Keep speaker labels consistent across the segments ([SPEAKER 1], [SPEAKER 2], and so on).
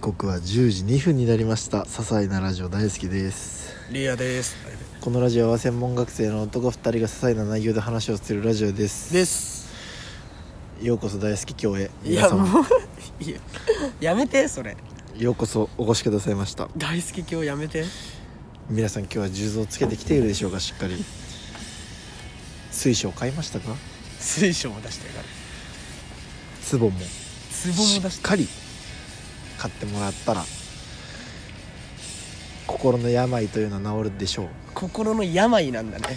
[SPEAKER 1] 刻は10時2分になりました些細なラジオ大好きです
[SPEAKER 2] リアです
[SPEAKER 1] このラジオは専門学生の男2人が些細な内容で話をするラジオです
[SPEAKER 2] です
[SPEAKER 1] ようこそ大好き今日へ
[SPEAKER 2] い
[SPEAKER 1] 皆
[SPEAKER 2] や
[SPEAKER 1] 様
[SPEAKER 2] もういややめてそれ
[SPEAKER 1] ようこそお越しくださいました
[SPEAKER 2] 大好き今日やめて
[SPEAKER 1] 皆さん今日は重蔵つけてきているでしょうかしっかり水晶買いましたか
[SPEAKER 2] 水晶も出してるから
[SPEAKER 1] 壺も
[SPEAKER 2] 壺
[SPEAKER 1] し
[SPEAKER 2] も出
[SPEAKER 1] っ
[SPEAKER 2] して
[SPEAKER 1] かり買ってもらったら心の病というのは治るでしょう
[SPEAKER 2] 心の病なんだね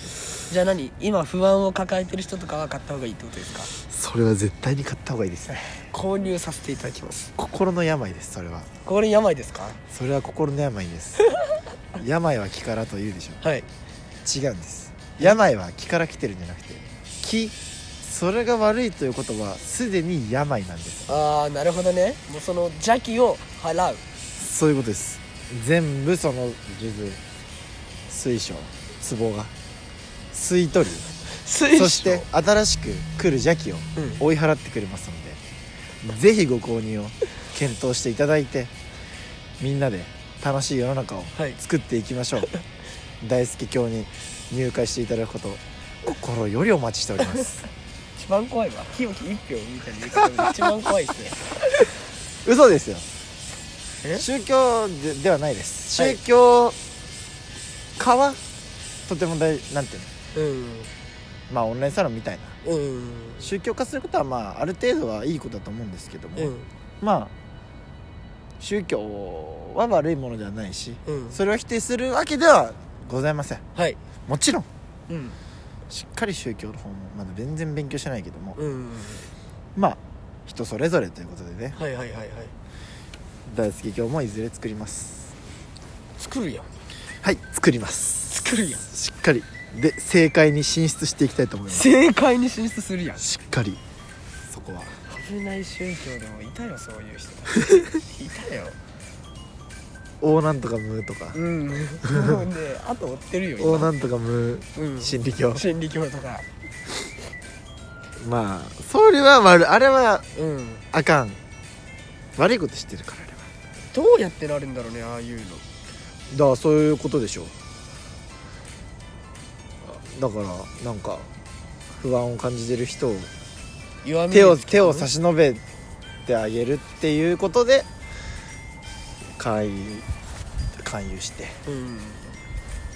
[SPEAKER 2] じゃあ何今不安を抱えてる人とかは買った方がいいってことですか
[SPEAKER 1] それは絶対に買った方がいいですね
[SPEAKER 2] 購入させていただきます
[SPEAKER 1] 心の病ですそれは
[SPEAKER 2] これ病ですか
[SPEAKER 1] それは心の病です病は気からと言うでしょ
[SPEAKER 2] はい
[SPEAKER 1] 違うんです病は気から来てるんじゃなくて気それが悪いということはすでに病なんです
[SPEAKER 2] ああなるほどねもうその邪気を払う
[SPEAKER 1] そういうことです全部その術水晶壺が吸い取り
[SPEAKER 2] 水晶
[SPEAKER 1] そして新しく来る邪気を
[SPEAKER 2] うん
[SPEAKER 1] 追い払ってくれますので、ぜひご購入を検討していただいてみんなで楽しい世の中を
[SPEAKER 2] はい
[SPEAKER 1] 作っていきましょう、 大好き教に入会していただくことを心よりお待ちしております
[SPEAKER 2] 一番怖いわ清き一票みたいな言い方が一番怖いっすね
[SPEAKER 1] 嘘ですよ
[SPEAKER 2] え
[SPEAKER 1] 宗教でではないです
[SPEAKER 2] はい
[SPEAKER 1] 宗教化はとても大なんていうの
[SPEAKER 2] うん
[SPEAKER 1] まあオンラインサロンみたいな
[SPEAKER 2] うん
[SPEAKER 1] 宗教化することはまあある程度はいいことだと思うんですけども、
[SPEAKER 2] うん
[SPEAKER 1] まあ宗教は悪いものではないし、
[SPEAKER 2] うん
[SPEAKER 1] それを否定するわけではございません
[SPEAKER 2] はい
[SPEAKER 1] もちろん
[SPEAKER 2] うん
[SPEAKER 1] しっかり宗教の方もまだ全然勉強してないけども、
[SPEAKER 2] うん
[SPEAKER 1] まあ人それぞれということでね
[SPEAKER 2] はいはいはいはい
[SPEAKER 1] 大好き教もいずれ作ります
[SPEAKER 2] 作るやん
[SPEAKER 1] はい作ります
[SPEAKER 2] 作るやん
[SPEAKER 1] しっかりで正解に進出していきたいと思います
[SPEAKER 2] 正解に進出するやん
[SPEAKER 1] しっかりそこは
[SPEAKER 2] 危ない宗教でもいたよそういう人 いたよ
[SPEAKER 1] 大なんとかムーとか
[SPEAKER 2] うんもうねあと追ってるよ
[SPEAKER 1] 大な
[SPEAKER 2] 今
[SPEAKER 1] んとかム
[SPEAKER 2] うん
[SPEAKER 1] ー心理教
[SPEAKER 2] 心理教とか
[SPEAKER 1] まあそれは悪いあれは
[SPEAKER 2] うん
[SPEAKER 1] あかん悪いことしてるからあれは
[SPEAKER 2] どうやってなるんだろうねああいうの
[SPEAKER 1] だからそういうことでしょだからなんか不安を感じてる人を
[SPEAKER 2] 弱み
[SPEAKER 1] 手を
[SPEAKER 2] つけ
[SPEAKER 1] 手を差
[SPEAKER 2] し
[SPEAKER 1] し伸べてあげるっていうことで勧誘勧誘して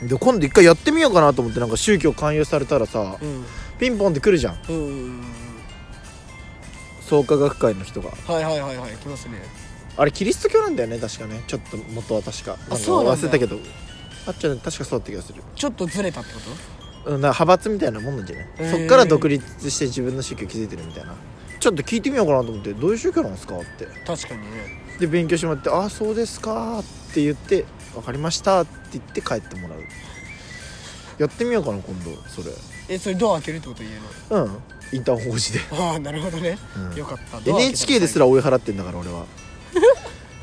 [SPEAKER 2] うん
[SPEAKER 1] で今度一回やってみようかなと思ってなんか宗教勧誘されたらさ
[SPEAKER 2] うん
[SPEAKER 1] ピンポンって来るじゃん
[SPEAKER 2] うん
[SPEAKER 1] 創価学会の人が
[SPEAKER 2] はいはいはいはい来ますね
[SPEAKER 1] あれキリスト教なんだよね確かねちょっと元は確かなんか
[SPEAKER 2] そうなんだ
[SPEAKER 1] 忘れたけどあっちゃん確かそうだった気がする
[SPEAKER 2] ちょっとずれたってこと
[SPEAKER 1] うん、なんか派閥みたいなもんなんじゃない、
[SPEAKER 2] へー
[SPEAKER 1] そっから独立して自分の宗教築いてるみたいなちょっと聞いてみようかなと思ってどういう宗教なんですかって
[SPEAKER 2] 確かにね
[SPEAKER 1] で勉強してもらって「ああそうですか」って言って「分かりました」って言って帰ってもらうやってみようかな今度それ
[SPEAKER 2] えそれドア開けるってこと言える
[SPEAKER 1] うんインターホン越しで、
[SPEAKER 2] のああなるほどね
[SPEAKER 1] うん
[SPEAKER 2] よかったドア開けた
[SPEAKER 1] NHK です
[SPEAKER 2] ら
[SPEAKER 1] ら追い払ってんだから俺 は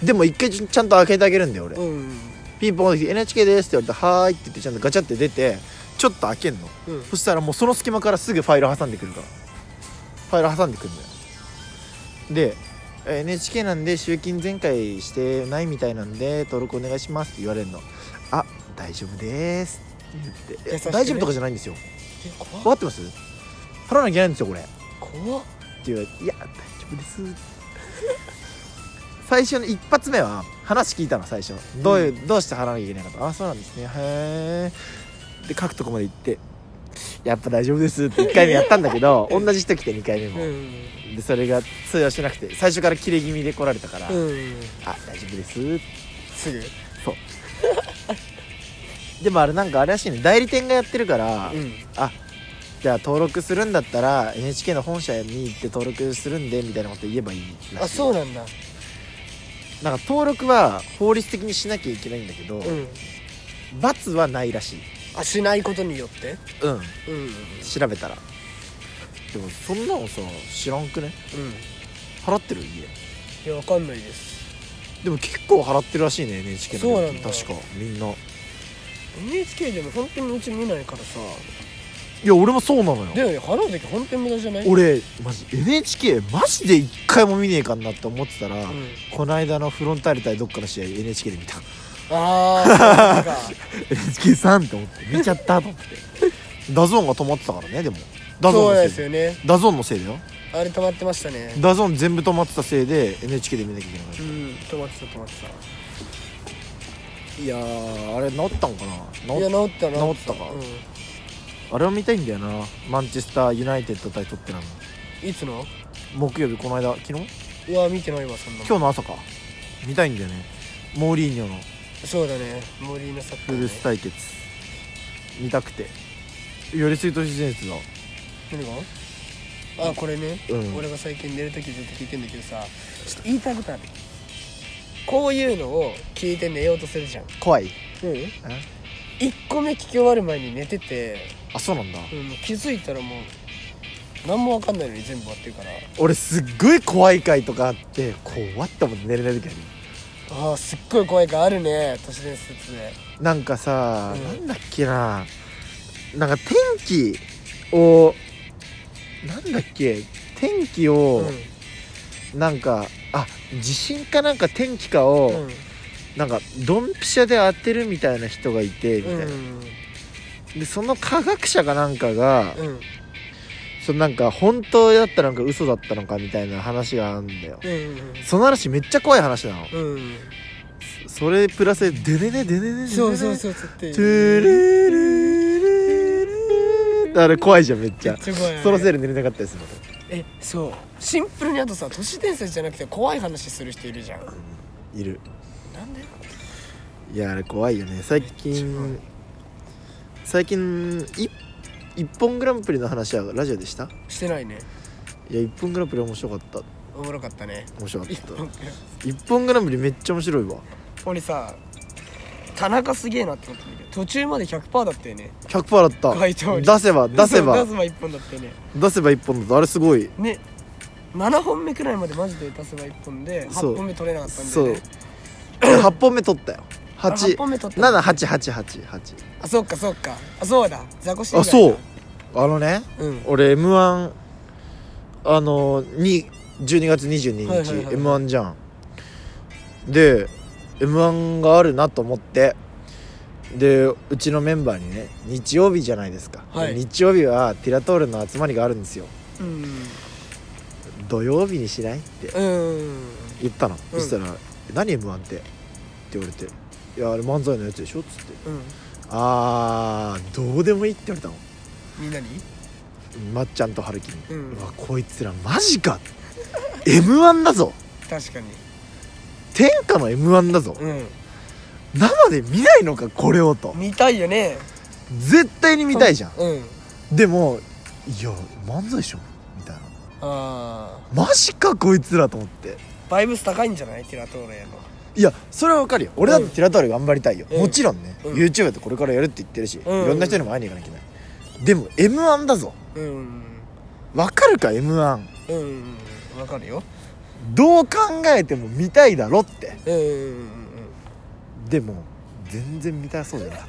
[SPEAKER 1] でも一回ちゃんと開けてあげるんだよ俺、
[SPEAKER 2] 最後うん
[SPEAKER 1] ピンポンって来て NHK です」って言われて「はーい」って言ってちゃんとガチャって出てちょっと開けんの
[SPEAKER 2] うん
[SPEAKER 1] そしたらもうその隙間からすぐファイル挟んでくるからファイル挟んでくるんだよでえー NHK なんで集金全開してないみたいなんで登録お願いしますって言われるのあ大丈夫ですって言
[SPEAKER 2] 優
[SPEAKER 1] っ、
[SPEAKER 2] してくね
[SPEAKER 1] 大丈夫とかじゃないんですよ
[SPEAKER 2] え怖っ
[SPEAKER 1] 分かってます払わなきゃいけないんですよこれって
[SPEAKER 2] 怖っ
[SPEAKER 1] 言われていや大丈夫です 最初の一発目は話聞いたの最初どういう、どうして払わなきゃいけないかとあそうなんですねへえで書くとこまで行ってやっぱ大丈夫ですって1回目やったんだけど同じ人来て2回目も、
[SPEAKER 2] うん
[SPEAKER 1] でそれが通用しなくて最初から切れ気味で来られたから、
[SPEAKER 2] うん
[SPEAKER 1] あ大丈夫です
[SPEAKER 2] すぐ
[SPEAKER 1] でもあれなんかあれらしいね代理店がやってるから、
[SPEAKER 2] うん
[SPEAKER 1] あじゃあ登録するんだったら NHK の本社に行って登録するんでみたいなこと言えばいいらしい
[SPEAKER 2] あそうなんだ
[SPEAKER 1] なんか登録は法律的にしなきゃいけないんだけど、
[SPEAKER 2] うん
[SPEAKER 1] 罰はないらしい
[SPEAKER 2] あしないことによって
[SPEAKER 1] うん
[SPEAKER 2] うんうん
[SPEAKER 1] 調べたらでもそんなのさ知らんくね払ってる家
[SPEAKER 2] いやわかんないです
[SPEAKER 1] でも結構払ってるらしいね NHK の料金
[SPEAKER 2] そうなんだ
[SPEAKER 1] 確かみんな
[SPEAKER 2] NHK でも本当にうち見ないからさ
[SPEAKER 1] いや俺もそうなのよ
[SPEAKER 2] だよね払う時本当に無駄じゃない
[SPEAKER 1] 俺マジ NHK マジで一回も見ねえかんなって思ってたら、
[SPEAKER 2] うん
[SPEAKER 1] この間のフロンターレ対どっかの試合 NHK で見た
[SPEAKER 2] ああ
[SPEAKER 1] NHK さんって思って見ちゃったと思ってダゾーンが止まってたからねでもダゾ
[SPEAKER 2] そ
[SPEAKER 1] ー
[SPEAKER 2] う
[SPEAKER 1] ンの
[SPEAKER 2] です
[SPEAKER 1] せい
[SPEAKER 2] よね
[SPEAKER 1] ダゾーンのせいだよ
[SPEAKER 2] あれ止まってましたね
[SPEAKER 1] ダゾーン全部止まってたせいで NHK で見なきゃいけなかっ
[SPEAKER 2] うん止まってた止まって
[SPEAKER 1] たいやーあれ治ったんか
[SPEAKER 2] た
[SPEAKER 1] ない治
[SPEAKER 2] や
[SPEAKER 1] っ
[SPEAKER 2] 治った治
[SPEAKER 1] 治ったか
[SPEAKER 2] う
[SPEAKER 1] あれを見たいんだよなマンチェスターユナイテッド対トッテナム
[SPEAKER 2] んいつの
[SPEAKER 1] 木曜日この間昨日
[SPEAKER 2] うわ見てないわそんなの
[SPEAKER 1] 今日の朝か見たいんだよねモーリーニョの
[SPEAKER 2] そうだね森のサッカー
[SPEAKER 1] 古
[SPEAKER 2] ね
[SPEAKER 1] ス対決見たくてよりスイートシジネスだ
[SPEAKER 2] 何があこれね、
[SPEAKER 1] うん
[SPEAKER 2] 俺が最近寝る時ずっと聞いてんだけどさちょっと言いたいことあるこういうのを聞いて寝ようとするじゃん
[SPEAKER 1] 怖い
[SPEAKER 2] うん1個目聞き終わる前に寝てて、
[SPEAKER 1] あそうなんだ
[SPEAKER 2] うん、気づいたらもう何も分かんないのに全部終わってるから
[SPEAKER 1] 俺すっごい怖い回とかあって怖って思って寝れない時ある
[SPEAKER 2] ああすっごい怖いがあるね都市伝説で
[SPEAKER 1] なんかさ、
[SPEAKER 2] うん
[SPEAKER 1] なんだっけななんか天気をなんだっけ天気を、
[SPEAKER 2] う
[SPEAKER 1] なんかあ地震かなんか天気かを、
[SPEAKER 2] んうん
[SPEAKER 1] なんかドンピシャで当てるみたいな人がいてみた
[SPEAKER 2] う
[SPEAKER 1] いな、
[SPEAKER 2] ん
[SPEAKER 1] でその科学者かなんかが、
[SPEAKER 2] うん
[SPEAKER 1] そのなんか本当だったのか嘘だったのかみたいな話があるんだよ、
[SPEAKER 2] うん
[SPEAKER 1] その話めっちゃ怖い話なの、
[SPEAKER 2] うんうん
[SPEAKER 1] それプラスででねでねね
[SPEAKER 2] そうそう
[SPEAKER 1] う
[SPEAKER 2] そうそうって
[SPEAKER 1] トゥルルルルルあれ怖いじゃんめっち
[SPEAKER 2] め
[SPEAKER 1] ゃ
[SPEAKER 2] っちゃ怖い
[SPEAKER 1] そのせいで寝れなかったりするの
[SPEAKER 2] えそうシンプルにあとさ都市伝説じゃなくて怖い話する人いるじゃん
[SPEAKER 1] いる
[SPEAKER 2] なんで
[SPEAKER 1] いやあれ怖いよね最
[SPEAKER 2] めっ
[SPEAKER 1] 近最近い一本グランプリの話はラジオでした
[SPEAKER 2] してないね
[SPEAKER 1] いや一本グランプリ面白かった
[SPEAKER 2] おもろかったね
[SPEAKER 1] 面白かっ
[SPEAKER 2] 一本
[SPEAKER 1] た一本グランプリめっちゃ面白いわ
[SPEAKER 2] 俺さ田中すげえなって思ったんだけど途中まで100%だったよね
[SPEAKER 1] 100%だ
[SPEAKER 2] 回答
[SPEAKER 1] っ
[SPEAKER 2] 率
[SPEAKER 1] た出せば出せば
[SPEAKER 2] 出せば1本だったよね
[SPEAKER 1] 出せば一本だとあれすごい
[SPEAKER 2] ね7本目くらいまでマジで出せば1本で
[SPEAKER 1] そう
[SPEAKER 2] 8本目取れなかったんで、
[SPEAKER 1] そう
[SPEAKER 2] ね、
[SPEAKER 1] 8本目取ったよ
[SPEAKER 2] あ8本目取った
[SPEAKER 1] 87888
[SPEAKER 2] あそっかそっかあそうだザコシ
[SPEAKER 1] あそうあのね
[SPEAKER 2] うん
[SPEAKER 1] 俺 m 1あのに12月22日、
[SPEAKER 2] はいはいはいはい
[SPEAKER 1] m 1じゃんで m 1があるなと思ってでうちのメンバーにね日曜日じゃないですか、
[SPEAKER 2] はい
[SPEAKER 1] 日曜日はティラトールの集まりがあるんですよ
[SPEAKER 2] うん
[SPEAKER 1] 土曜日にしないって
[SPEAKER 2] うん
[SPEAKER 1] 言ったの、
[SPEAKER 2] うん
[SPEAKER 1] そしたら「何 m 1って」って言われて「いやあれ漫才のやつでしょ」っつって
[SPEAKER 2] うん
[SPEAKER 1] 「あーどうでもいい」って言われたの
[SPEAKER 2] みんなに
[SPEAKER 1] まっちゃんと春樹に「
[SPEAKER 2] うん
[SPEAKER 1] うわこいつらマジか m 1だぞ
[SPEAKER 2] 確かに
[SPEAKER 1] 天下の m 1だぞ
[SPEAKER 2] う
[SPEAKER 1] 生で見ないのかこれを」と
[SPEAKER 2] ん見たいよね
[SPEAKER 1] 絶対に見たいじゃん
[SPEAKER 2] うん
[SPEAKER 1] でも「いや漫才師ょ」みたいな
[SPEAKER 2] ああ
[SPEAKER 1] マジかこいつらと思って
[SPEAKER 2] バイブス高いんじゃないティラトーレの
[SPEAKER 1] いやそれはわかるよ俺だってティラトール頑張りたいよ、
[SPEAKER 2] うん
[SPEAKER 1] もちろんね、
[SPEAKER 2] うん
[SPEAKER 1] YouTube だってこれからやるって言ってるし、
[SPEAKER 2] うん
[SPEAKER 1] いろんな人にも会いに行かなきゃいけないでも m 1だぞ
[SPEAKER 2] うん
[SPEAKER 1] わかるか m 1
[SPEAKER 2] うんうんわかるよ
[SPEAKER 1] どう考えても見たいだろって
[SPEAKER 2] うんうんうんうん
[SPEAKER 1] でも全然見たそうじゃなかっ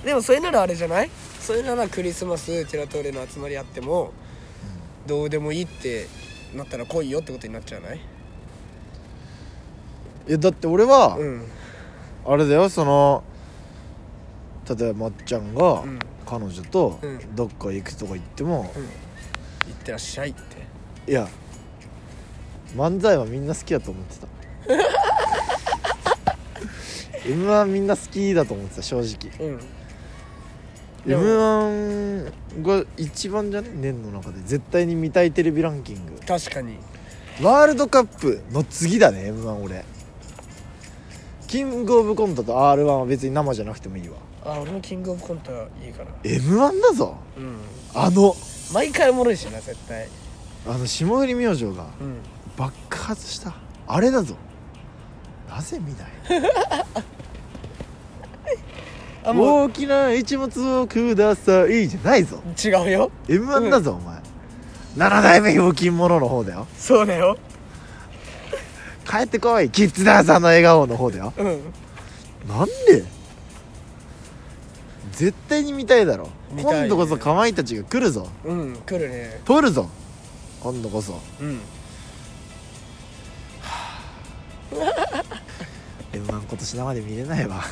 [SPEAKER 1] た
[SPEAKER 2] でもそれならあれじゃないそれならクリスマスティラトーレの集まりあっても、どうでもいいってなったら来いよってことになっちゃうない
[SPEAKER 1] いやだって俺は、
[SPEAKER 2] うん
[SPEAKER 1] あれだよその例えばまっちゃんが
[SPEAKER 2] うん
[SPEAKER 1] 彼女と
[SPEAKER 2] うん
[SPEAKER 1] どっか行くとか行っても、
[SPEAKER 2] うん行ってらっしゃいって
[SPEAKER 1] いや漫才はみんな好きだと思って た m 1みんな好きだと思ってた正直
[SPEAKER 2] うん
[SPEAKER 1] m
[SPEAKER 2] でも
[SPEAKER 1] 1が一番じゃね年の中で絶対に見たいテレビランキング
[SPEAKER 2] 確かに
[SPEAKER 1] ワールドカップの次だね m 1俺キングオブコントと r 1は別に生じゃなくてもいいわ
[SPEAKER 2] あ俺のキングオブコントはいいから
[SPEAKER 1] m 1だぞ
[SPEAKER 2] うん
[SPEAKER 1] あの
[SPEAKER 2] 毎回おもろいしな絶対
[SPEAKER 1] あの霜降り明星が
[SPEAKER 2] うん
[SPEAKER 1] 爆発したあれだぞなぜ見ない
[SPEAKER 2] あもう
[SPEAKER 1] 大きな一物をくださいじゃないぞ
[SPEAKER 2] 違うよ
[SPEAKER 1] m 1だぞ、お前7代目ひょうきん者の方だよ
[SPEAKER 2] そうだよ
[SPEAKER 1] 帰ってこいキッズダンサーの笑顔の方だよ
[SPEAKER 2] うん
[SPEAKER 1] なんで絶対に見たいだろ
[SPEAKER 2] 見たい
[SPEAKER 1] 今度こそかまいたちが来るぞ
[SPEAKER 2] うん来るね
[SPEAKER 1] 撮るぞ今度こそ
[SPEAKER 2] うん
[SPEAKER 1] m 1今年生で見れないわ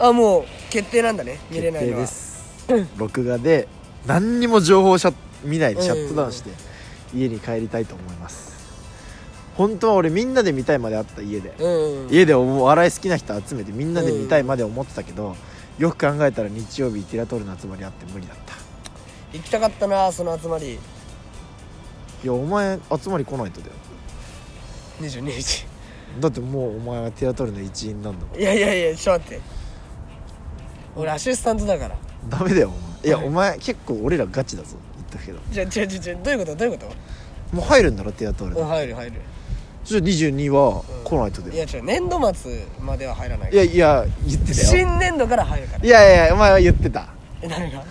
[SPEAKER 2] あもう決定なんだね見れな
[SPEAKER 1] 決
[SPEAKER 2] い
[SPEAKER 1] 定
[SPEAKER 2] のは
[SPEAKER 1] です録画で何にも情報をシャッ見ないでシャットダウンして家に帰りたいと思います本当は俺みんなで見たいまであった家で
[SPEAKER 2] うん
[SPEAKER 1] 家でお笑い好きな人集めてみんなで見たいまで思ってたけどよく考えたら日曜日ティラトルの集まりあって無理だった
[SPEAKER 2] 行きたかったなその集まり
[SPEAKER 1] いやお前集まり来ないとだよ
[SPEAKER 2] 22日
[SPEAKER 1] だってもうお前はティラトルの一員なんだも
[SPEAKER 2] いやいやいやちょっと待って俺アシスタントだから
[SPEAKER 1] んダメだよお前いやお前結構俺らガチだぞ言っとくけど
[SPEAKER 2] じゃじゃじゃじゃどういうことどういうこ
[SPEAKER 1] もう入るんだろティラトル
[SPEAKER 2] とうん
[SPEAKER 1] の
[SPEAKER 2] 入る入る
[SPEAKER 1] じゃあ22は来ないとだ
[SPEAKER 2] い
[SPEAKER 1] よ
[SPEAKER 2] や違う年度末までは入らない
[SPEAKER 1] いやいや言ってたよ
[SPEAKER 2] 新年度から入るから
[SPEAKER 1] いやいやお前は言ってた
[SPEAKER 2] え何が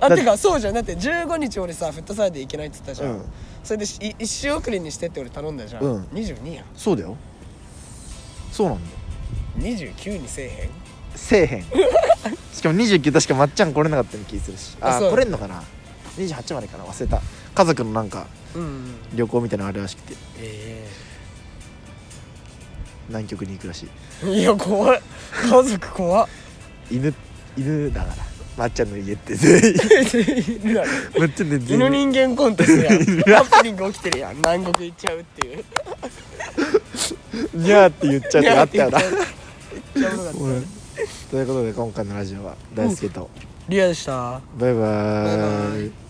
[SPEAKER 2] あ
[SPEAKER 1] だ
[SPEAKER 2] てかそうじゃんだって15日俺さフットサルで行けないって言ったじゃん、
[SPEAKER 1] うん
[SPEAKER 2] それでしい一周遅れにしてって俺頼んだじゃん、
[SPEAKER 1] うん
[SPEAKER 2] 22やん
[SPEAKER 1] そうだよそうなんだよ
[SPEAKER 2] 29にせえ
[SPEAKER 1] せえへん しかも29確かまっちゃん来れなかったような気するし
[SPEAKER 2] あ
[SPEAKER 1] あ
[SPEAKER 2] そう
[SPEAKER 1] 来れんのかな28までかな忘れた家族のなんか
[SPEAKER 2] へんうん
[SPEAKER 1] 旅行みたいなのあるらしくて
[SPEAKER 2] え
[SPEAKER 1] 南極に行くらしい
[SPEAKER 2] えいや怖い家族怖っ
[SPEAKER 1] 犬犬だからまっちゃんの家って 全員
[SPEAKER 2] 犬だね
[SPEAKER 1] まっちゃんの家全
[SPEAKER 2] 犬
[SPEAKER 1] 員
[SPEAKER 2] 人間コンテスト やんハプニング起きてるやん南国行っちゃうっていう
[SPEAKER 1] にゃーって言っちゃうってあった よな
[SPEAKER 2] めっちゃ危なかった
[SPEAKER 1] うんということで今回のラジオは大輔と、
[SPEAKER 2] リアでした
[SPEAKER 1] バイバーイ
[SPEAKER 2] バイバーイ